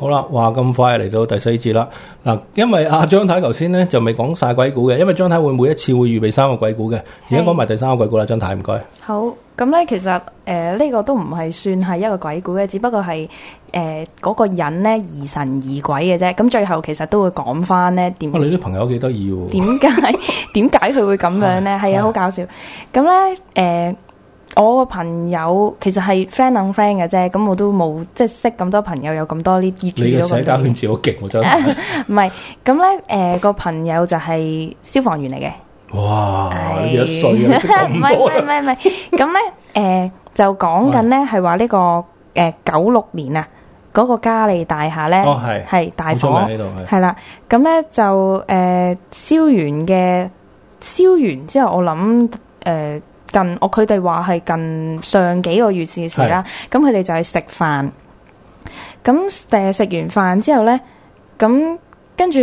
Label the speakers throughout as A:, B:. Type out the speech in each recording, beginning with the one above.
A: 好啦，話咁快嚟到第四節啦。嗱，因為阿張太頭先咧就未講晒鬼故嘅，因為張太會每一次會預備三個鬼故嘅。而家講埋第三個鬼故啦，張太唔該。
B: 好，咁咧其實誒呃呢、個都唔係算係一個鬼故嘅，只不過係誒嗰個人咧疑神疑鬼嘅啫。咁最後其實都會講翻咧點
A: 哇，你啲朋友幾得意喎。
B: 點 解點解佢會咁樣咧？係
A: 係
B: 啊，好搞笑。咁咧誒，我個朋友其實係 friend on friend 嘅啫，咁我都冇即係識咁多朋友，有咁多呢接
A: 你
B: 觸
A: 嘅
B: 咗
A: 社
B: 咁多
A: 交
B: 嘢
A: 圈。子好勁喎，張 太。
B: 唔係咁咧誒個朋友就係消防員嚟嘅。
A: 哇，你幾多
B: 係
A: 歲啊？你識 咁
B: 唔係
A: 多
B: 唔係唔
A: 啊？
B: 係唔係，咁咧诶就 講緊咧係話呢個诶九六年啊嗰個嘉利大廈咧
A: 哦係
B: 係大
A: 好出
B: 火
A: 名呢度係
B: 係啦，咁咧就诶燒完嘅燒完之後，我諗诶近我佢哋話係近上幾個月嘅事啦，咁佢哋就係食飯，咁诶食完飯之後咧，咁跟住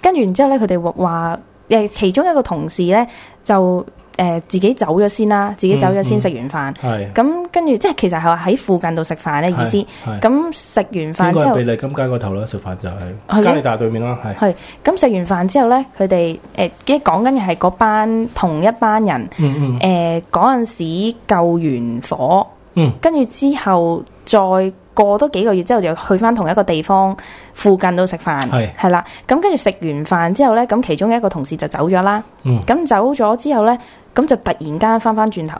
B: 跟住然之後咧，佢哋話誒其中一個同事咧就誒、呃自己走咗先啦，自己走咗
A: 嗯
B: 先
A: 嗯
B: 食完飯。
A: 係。
B: 咁跟住即係其實係話喺附近度食飯咧意思
A: 係係。
B: 咁食完
A: 應該
B: 飯之
A: 係
B: 後
A: 比，利金街個頭啦，食飯就
B: 係
A: 係
B: 咯
A: 嘉利大對面啦，係。
B: 係咁食完飯之後咧，佢哋誒即係講緊嘅係嗰班同一班人
A: 嗯嗯
B: 誒嗰陣時救完火，
A: 嗯，
B: 跟住之後再。過多幾個月之後，就去翻同一個地方附近度食飯，
A: 係
B: 係啦。咁跟住食完飯之後咧，咁其中一個同事就走咗啦。
A: 嗯
B: 咁走咗之後呢，咁就突然間翻翻轉頭，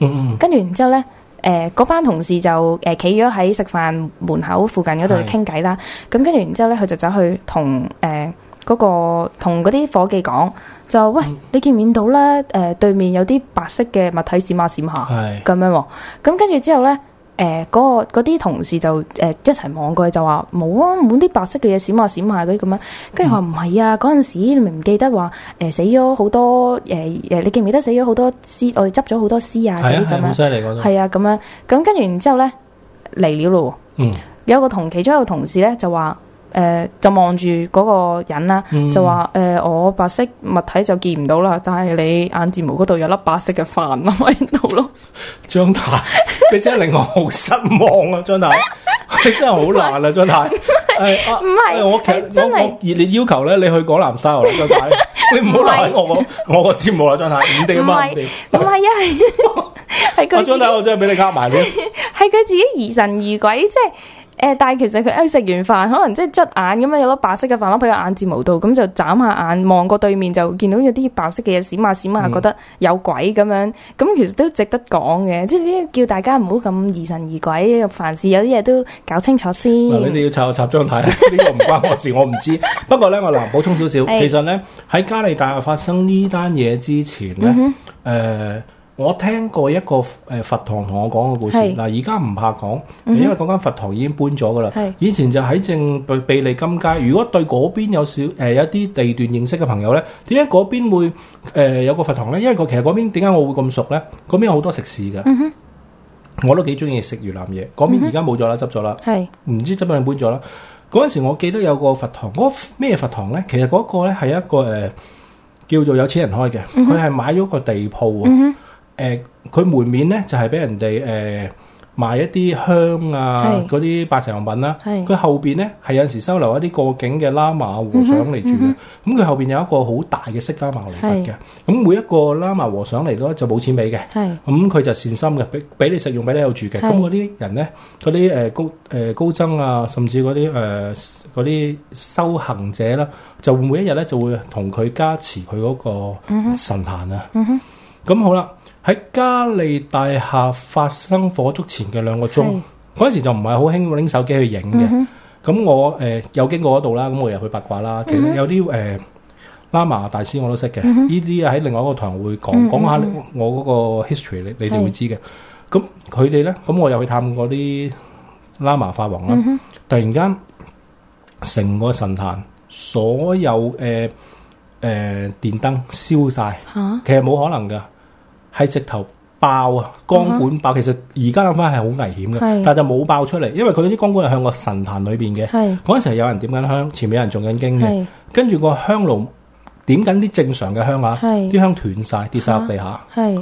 A: 嗯嗯
B: 跟住然之後呢，誒、嗰班同事就誒企咗喺食飯門口附近嗰度
A: 係
B: 傾偈啦。咁跟住然之後呢，佢就走去同誒嗰個同嗰啲伙計講，就話
A: 嗯
B: 喂、你見唔見到呢？誒、對面有啲白色嘅物體閃下閃下
A: 係
B: 咁樣喎。咁跟住之後呢。誒嗰、個嗰啲同事就誒、呃一齊望過去就話冇啊，冇啲白色嘅嘢閃下閃下嗰啲咁樣，
A: 嗯
B: 跟住佢話唔係啊，嗰陣時你明唔記得話誒、死咗好多誒誒、你記唔記得死咗好多屍？我哋執咗好多屍啊嗰
A: 係啊
B: 啲
A: 係
B: 咁
A: 好
B: 樣，
A: 犀利嗰度。
B: 係啊咁樣，咁跟住然之後咧嚟了咯
A: 嗯
B: 喎，有個同其中一個同事咧就話。誒、就望住嗰個人啦，
A: 嗯
B: 就話誒、呃我白色物體就見唔到啦，但係你眼睫毛嗰度有粒白色嘅飯 咯喺度咯，
A: 張 太，你真係令我好失望啊！張太，你真係好難啊！張太，唔
B: 唔係
A: 我其
B: 係真
A: 實我
B: 係
A: 我熱烈要求咧，你去港南 style 啦，張 太，你唔好賴喺我個我個節目啦，張太，唔
B: 唔
A: 掂啊，唔
B: 係
A: 掂。
B: 唔 係啊，
A: 阿張
B: 係係佢自己
A: 太，我真係俾你呃埋你。
B: 係佢自己疑神疑鬼，即係诶、呃但係其實佢誒食完飯，可能即係捽眼咁樣有粒白色嘅飯粒喺個眼睫毛度，咁就眨下眼望過對面就見到有啲白色嘅嘢閃下閃下，覺
A: 嗯
B: 得有鬼咁樣，咁其實都值得講嘅，即係叫大家唔好咁疑神疑鬼，凡事有啲嘢都搞清楚先。
A: 嗱，你哋要插插 張太，呢個唔關我事，我唔知。不過咧，我嗱補充少少，
B: 係
A: 其實咧喺加利大發生呢單嘢之前
B: 嗯
A: 咧，誒、我聽過一個誒佛堂同我講嘅故事。
B: 係嗯
A: 嗱，而家唔怕講，因為嗰間佛堂已經搬咗噶啦
B: 係。
A: 以前就喺正庇利金街。如果對嗰邊有少誒、有啲地段認識嘅朋友咧，點解嗰邊會誒、有個佛堂咧？因為個其實嗰邊點解我會咁熟咧？嗰邊有好多食肆
B: 嗯
A: 嘅。我都幾中意食越南嘢，嗰邊而家冇咗啦，執咗啦。
B: 係
A: 唔知執咗定搬咗啦。嗰陣時我記得有個佛堂，嗰、個咩佛堂咧？其實嗰個咧係一個誒、呃叫做有錢人開嘅，
B: 嗯
A: 佢係、買咗個地鋪啊。誒、佢門面咧就係、俾人哋誒、呃、賣一啲香啊
B: 係
A: 嗰啲百成用品啦。
B: 係
A: 佢後邊咧係有陣時收留一啲過境嘅喇嘛和尚
B: 嗯
A: 嚟住嘅。咁佢、後邊有一個好大嘅釋迦牟尼佛嘅。咁每一個喇嘛和尚嚟到咧就冇錢俾嘅。
B: 係
A: 咁佢就善心嘅，俾俾你食用，俾你有住嘅。
B: 係
A: 咁嗰啲人咧，嗰啲誒高誒、呃高僧啊，甚至嗰啲誒嗰啲修行者啦，就每一日咧就會同佢加持佢嗰
B: 嗯
A: 個神壇啊。咁、好啦，喺嘉利大廈發生火燭前嘅兩個鐘
B: 係，嗯
A: 嗰陣時就唔係好興拎手機去影嘅。咁、我誒、呃有經過嗰度啦，咁我入去八卦啦。其實有啲誒。呃喇嘛大師我都識嘅，呢啲喺另外一個堂會講講下我嗰個 history，你你哋會知嘅。咁佢哋咧，咁我又去探嗰啲喇嘛法王啦。突然間，成個神壇所有誒誒電燈燒晒，
B: 嚇
A: 其實冇可能噶，係直頭爆啊！光管爆，其實而家諗翻係好危險嘅，
B: 嗯係
A: 但係就冇爆出嚟，因為佢啲光管係向個神壇裏邊嘅。
B: 係
A: 嗰陣時係有人點緊香，前面有人誦緊經嘅。
B: 係
A: 跟住個香爐點緊啲正常嘅香啊，
B: 係啊
A: 啲香斷晒跌晒落地下。
B: 係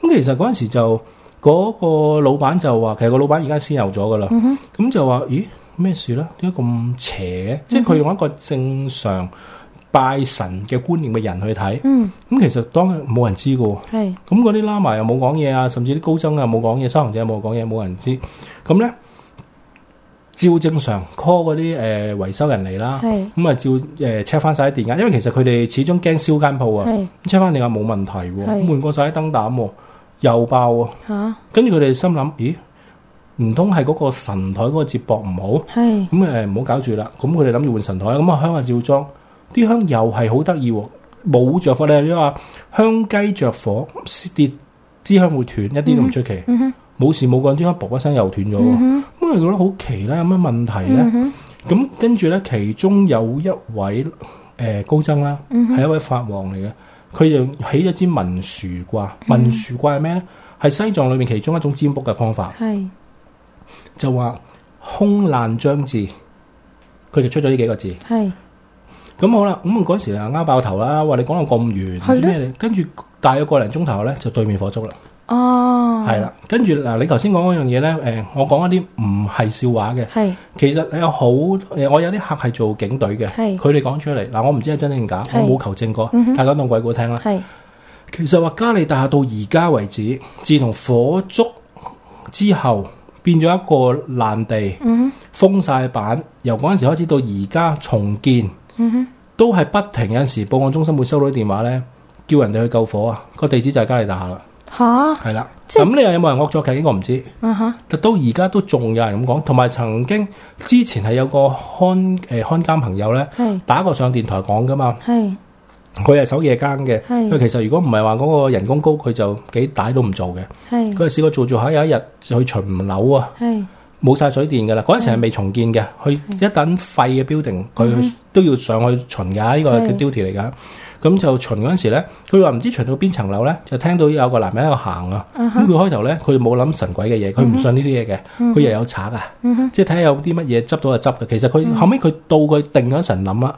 A: 咁其實嗰
B: 嗯
A: 陣時就嗰、個老闆就話，其實個老闆而家先有咗噶啦。咁、就話，咦，咩事咧？點解咁邪
B: 嗯
A: 嘅？即係佢用一個正常拜神嘅觀念嘅人去睇，
B: 嗯，
A: 咁其實當然冇人知嘅喎。
B: 係，
A: 咁嗰啲喇嘛又冇講嘢啊，甚至啲高僧啊冇講嘢，修行者又冇講嘢，冇人知。咁咧，照正常 call 嗰啲誒維修人嚟啦，
B: 係，
A: 咁啊照誒 check 翻晒啲電壓，因為其實佢哋始終驚燒間鋪啊
B: 係，
A: ，check 翻電壓冇問題喎，
B: 係
A: 換過晒啲燈膽喎，又爆喎，
B: 吓，
A: 跟住佢哋心諗，咦，唔通係嗰個神台嗰個接駁唔好？
B: 係，
A: 咁呃誒唔好搞住啦。咁佢哋諗住換神台，咁啊香啊照裝，啲香又係好得意喎，冇着火咧。你話香雞着火跌支香會斷，一啲都唔出奇。
B: 嗯哼，
A: 冇事冇幹，支香噗一聲又斷咗喎。
B: 嗯哼，
A: 咁我哋覺得好奇啦，有咩問題咧
B: 嗯？哼，
A: 咁跟住咧，其中有一位誒、呃高僧啦，係、
B: 嗯哼
A: 一位法王嚟嘅，佢就起咗支文殊卦。文殊卦係咩咧？係西藏裏面其中一種占卜嘅方法。
B: 係，
A: 就話空難將至，佢就出咗呢幾個字。
B: 係，
A: 咁好啦，咁嗰時啊啱爆頭啦，話你講到咁遠，
B: 係
A: 唔知
B: 咯
A: 咩嚟？跟住大約個零鐘頭咧，就對面火燭啦，
B: 哦，
A: 係啦、跟住嗱，你頭先講嗰樣嘢咧，誒、我講一啲唔係笑話嘅，
B: 係，
A: 其實有好誒、我有啲客係做警隊嘅，
B: 係
A: 佢哋講出嚟嗱，我唔知係真定假，我
B: 係
A: 冇求證過，
B: 嗯哼
A: 大家當鬼故聽啦。
B: 係，
A: 其實話嘉利大廈到而家為止，自從火燭之後變咗一個爛地。
B: 嗯哼，
A: 封晒版，由嗰陣時開始到而家重建，
B: 嗯哼，
A: 都係不停有陣時報案中心會收到啲電話咧，叫人哋去救火啊，個地址就係嘉利大廈啦，
B: 吓，
A: 係啦。
B: 即係
A: 咁你又有冇人惡作劇？呢個唔知，
B: 啊哈，
A: 但到而家都仲有人咁講，同埋曾經之前係有個看誒看監朋友咧。
B: 係，
A: 打過上電台講噶嘛，
B: 係，
A: 佢係守夜更嘅。
B: 係
A: 因為其實如果唔係話嗰個人工高，佢就幾大都唔做嘅。
B: 係，
A: 佢係試過做做下有一日去巡樓啊，
B: 係，
A: 冇晒水電㗎啦，嗰陣時係未重建嘅，佢
B: 嗯
A: 一等廢嘅 building，佢都要上去巡㗎，呢個係
B: 係
A: 佢 duty 嚟㗎。咁就巡嗰陣時咧，佢話唔知巡到邊層樓咧，就聽到有個男人喺度行啊。
B: 啊
A: 咁
B: 哈，
A: 佢開頭咧，佢冇諗神鬼嘅嘢，佢唔信呢啲嘢嘅，佢又有賊啊，
B: 嗯哼，
A: 即係睇下有啲乜嘢執到就執嘅。其實佢後尾佢到佢定咗神諗啦，啊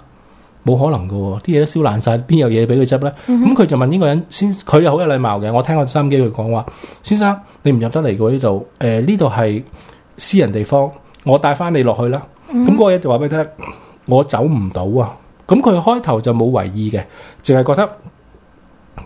A: 冇可能㗎喎，啲嘢都燒爛晒，邊有嘢俾佢執咧？
B: 嗯
A: 咁佢就問呢個人先，佢又好有禮貌嘅。我聽我收音機佢講話，先生你唔入得嚟嘅喎呢度，誒呢度係私人地方，我帶翻你落去啦。咁嗰個人就話俾佢聽，我走唔到啊。咁佢開頭就冇為意嘅，淨係覺得，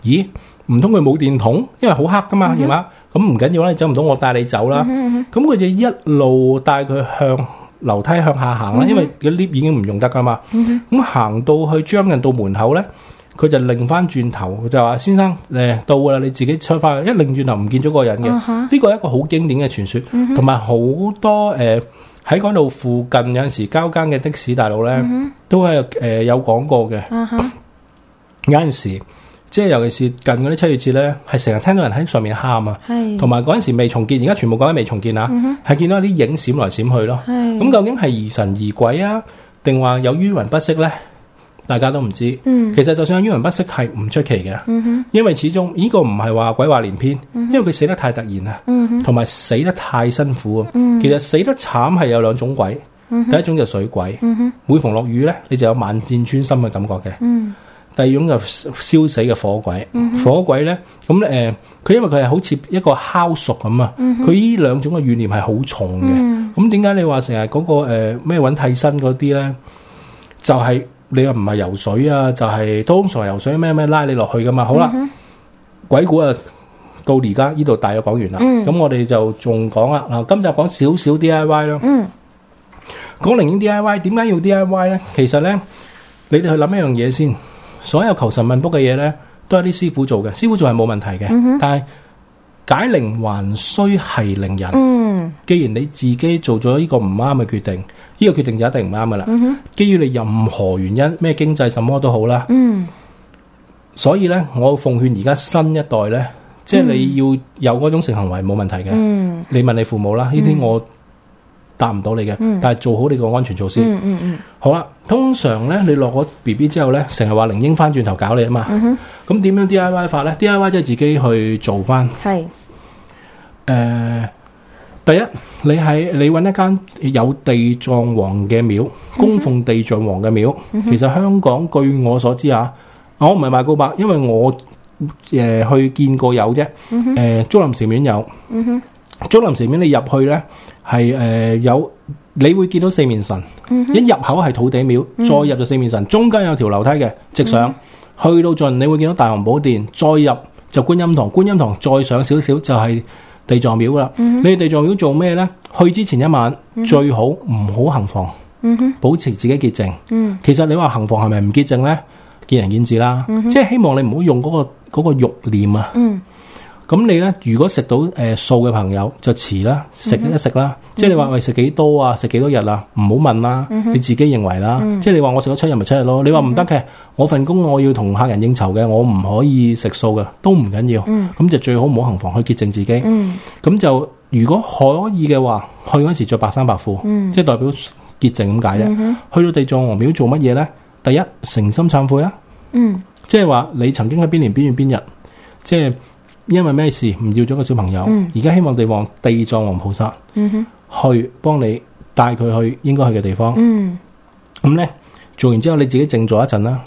A: 咦？唔通佢冇電筒？因為好黑噶嘛，夜晚咁唔緊要啦，你走唔到我帶你走啦。咁佢就一路帶佢向樓梯向下行啦，因為個 lift 已經唔用得噶嘛。咁行到去將近到門口咧，佢就擰翻轉頭，佢就話：先生，誒到啦，你自己出翻去。一擰轉頭唔見咗個人嘅，
B: 啊哈，
A: 呢個係一個好經典嘅傳說，同埋好多誒喺嗰度附近有陣時交更嘅的士大佬咧，都係誒、呃有講過嘅。
B: 啊哈，
A: 有陣時即係尤其是近嗰啲七月節咧，係成日聽到人喺上面喊啊，
B: 係，
A: 同埋嗰陣時未重建，而家全部講緊未重建啊，係見到啲影閃來閃去咯。
B: 嗯係，
A: 咁究竟係疑神疑鬼啊，定話有冤魂不息咧？大家都唔知。
B: 嗯，
A: 其實就算有冤魂不息係唔出奇嘅，
B: 嗯哼，
A: 因為始終呢個唔係話鬼話連篇，因為佢死得太突然啦。
B: 嗯哼，
A: 同埋死得太辛苦啊！
B: 嗯
A: 其實死得慘係有兩種鬼，第一種就水鬼，
B: 嗯哼，
A: 每逢落雨咧，你就有萬箭穿心嘅感覺嘅；
B: 嗯，
A: 第二種就燒死嘅火鬼，火鬼咧咁誒，佢、因為佢係好似一個烤熟咁啊，佢呢兩種嘅怨念係好重
B: 嗯
A: 嘅。咁點解你話成日嗰個誒咩揾替身嗰啲咧？就係、你又唔係游水啊，就係、通常游水咩咩拉你落去噶嘛。好啦，
B: 嗯
A: 鬼故啊，到而家呢度大約講完啦。
B: 嗯
A: 咁、我哋就仲講啦。嗱，今集講少少 D I Y 咯。
B: 嗯，
A: 講靈驗 D I Y，點解要 D I Y 咧？其實咧，你哋去諗一樣嘢先。所有求神問卜嘅嘢咧，都係啲師傅做嘅，師傅做係冇問題嘅。但係解靈還需係靈人。
B: 嗯，
A: 既然你自己做咗呢個唔啱嘅決定，呢、個決定就一定唔啱噶啦。基於你任何原因，咩經濟什麼都好啦。
B: 嗯，
A: 所以咧，我奉勸而家新一代咧，即係你要有嗰種性行為冇問題嘅。
B: 嗯，
A: 你問你父母啦，呢啲我答唔到你嘅，但係做好你個安全措施。
B: 嗯，嗯，嗯，
A: 好啦，通常咧，你落咗 B B 之後咧，成日話靈英翻轉頭搞你啊嘛。咁點、樣 D I Y 法咧？D I Y 即係自己去做翻。誒、
B: 係，
A: 第一，你喺你揾一間有地藏王嘅廟，供奉地藏王嘅廟。其實香港據我所知啊，我唔係賣告白，因為我誒、去見過有啫。誒、竹林禪院有，
B: 嗯哼，
A: 竹林寺面你入去咧係誒有，你會見到四面神，一入口係土地廟，再入就四面神，中間有條樓梯嘅，直上去到盡，你會見到大雄寶殿，再入就觀音堂，觀音堂再上少少就係地藏廟啦。你哋地藏廟做咩咧？去之前一晚最好唔好行房，保持自己潔淨。其實你話行房係咪唔潔淨咧？見仁見智啦，即係希望你唔好用嗰、個嗰、個慾念啊。
B: Ừ,
A: 咁你咧，如果食到誒素嘅朋友就遲啦，食一食啦。即係你話喂食幾多啊？食幾多日啊？唔好問啦，你自己認為啦。即係你話我食咗七日咪七日咯。你話唔得嘅，我份工我要同客人應酬嘅，我唔可以食素嘅，都唔緊要。咁就最好唔好行房去潔淨自己。咁就如果可以嘅話，去嗰時着白衫白褲，即係代表潔淨咁解啫。去到地藏王廟做乜嘢咧？第一，誠心懺悔啦。
B: ừ.
A: 即係話你曾經喺邊年邊月邊日，即係因為咩事唔要咗個小朋友，而家、希望地王地藏王菩薩、
B: Uh-huh.
A: 去幫你帶佢去應該去嘅地
B: 嗯
A: 方。
B: Ừ.
A: 咁咧做完之後，你自己靜坐一陣啦。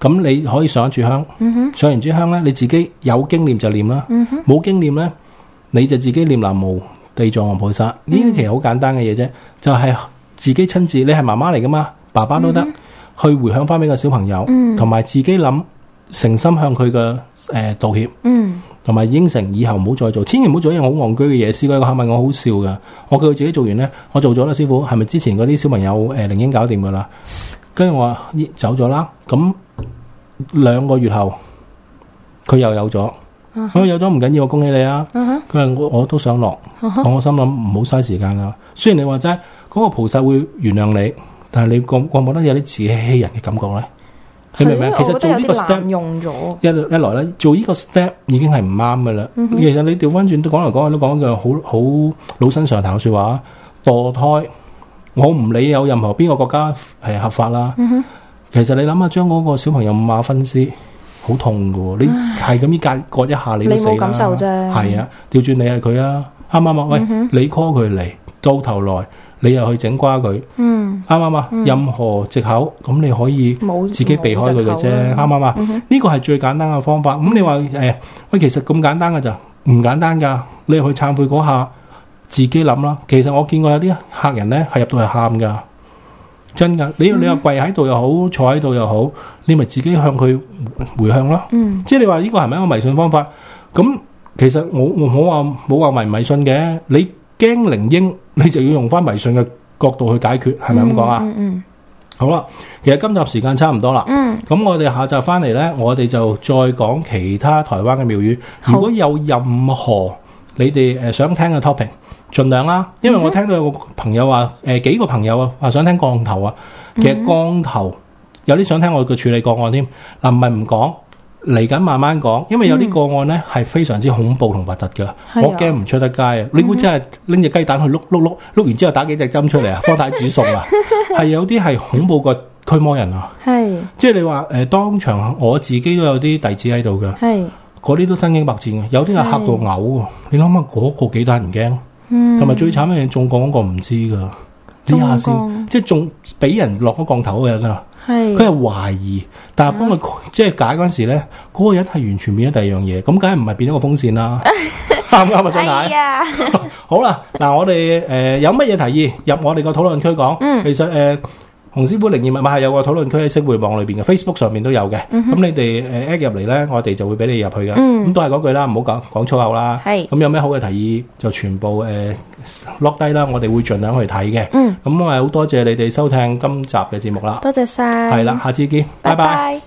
A: 咁你可以上一炷香，
B: Uh-huh.
A: 上完炷香咧，你自己有經念就念啦，冇、經念咧你就自己念南無地藏王菩薩。呢啲其實好簡單嘅嘢啫，就係、自己親自，你係媽媽嚟噶嘛，爸爸都得，去回向翻俾個小朋友，同埋、自己諗誠心向佢嘅誒道歉。
B: Ừ.
A: 同埋應承以後唔好再做，千祈唔好做一樣好戇居嘅嘢。試過一個客問我好笑噶，我叫佢自己做完咧，我做咗啦，師傅係咪之前嗰啲小朋友誒、呃、靈英搞掂噶啦？跟住我話咦走咗啦，咁兩個月後佢又有咗，
B: 嗯
A: 咁有咗唔緊要，我恭喜你啊！佢話我我都想落，我心諗唔好嘥時間啦。雖然你話齋嗰個菩薩會原諒你，但係你覺覺唔覺得有啲自欺欺人嘅感覺咧？你明唔明？
B: 啊
A: 其實做呢個 step。一一來咧，做呢個 step 已經係唔啱嘅啦。
B: 嗯
A: 其實你調翻轉都講嚟講去都講一句好好老生常談嘅説話，墮胎，我唔理有任何邊個國家係合法啦。
B: 嗯
A: 其實你諗下，將嗰個小朋友五馬分屍，好痛嘅喎。你係咁依隔割一下，你都
B: 你
A: 死啦。
B: 冇感受啫嗯
A: 係啊，調轉你係佢啊，啱唔啱啊？喂，你 call 佢嚟，到頭來你又去整瓜佢，啱唔啱啊？
B: 嗯
A: 任何藉口，咁你可以。自己避開佢嘅啫，啱唔啱啊？呢個係最簡單嘅方法。咁你話誒，喂，其實咁簡單嘅咋？唔簡單㗎。你入去懺悔嗰下，自己諗啦。其實我見過有啲客人咧係入到去喊㗎，真㗎。你你話跪喺度又好，坐喺度又好，你咪自己向佢回向咯。
B: Ừ.
A: 即係你話呢個係咪一個迷信方法？咁其實我我冇話冇話迷唔迷信嘅，你驚靈嬰，你就要用翻迷信嘅角度去解決，係咪咁講啊？
B: Ừ,
A: 好啦，其實今集時間差唔多啦。
B: Ừ. 嗯
A: 咁我哋下集翻嚟呢，我哋就再講其他台灣嘅廟宇。
B: 好
A: 如果有任何你哋誒想聽嘅 topic，盡量啦，因
B: 嗯
A: 為我聽到有個朋友話誒、幾個朋友啊話想聽降頭啊，
B: 嗯
A: 其實降頭有啲想聽我嘅處理個案添。嗱唔係唔講，嚟緊慢慢講，因為有啲個案呢係非常之恐怖同核突㗎，
B: 係啊
A: 我驚唔出得街啊！你估真係拎只雞蛋去碌碌碌碌完之後打幾隻針出嚟啊？方太煮餸 啊，係有啲係恐怖過驅魔人啊！即係你話誒、呃，當場我自己都有啲弟子喺度嘅，嗰啲都身經百戰嘅，有啲係嚇到嘔喎。你諗下嗰個幾得人驚，
B: Ừ.
A: 同埋最慘嘅嘢中降嗰個唔知㗎，呢下
B: 中降
A: 先即係中俾人落咗降頭嘅人啊！
B: 嗯
A: 佢係懷疑，但係幫佢即係解嗰陣時咧，嗰、個人係完全變咗第二樣嘢，咁梗係唔係變咗個風扇啦？啱唔啱啊？
B: 哎
A: 張太？ 好啦，嗱，我哋誒、呃有乜嘢提議入我哋個討論區講。其實誒、呃洪師傅靈異密碼係有個討論區喺星匯網裏邊嘅，Facebook 上面都有嘅。咁、你哋誒 add 入嚟咧，我哋就會俾你入去嘅。咁、都係嗰句啦，唔好講講粗口啦。
B: 係
A: 咁有咩好嘅提議就全部誒 lock 低啦，我哋會盡量去睇嘅。咁我係好多謝你哋收聽今集嘅節目啦。係啦，下次見，拜拜。
B: 拜拜。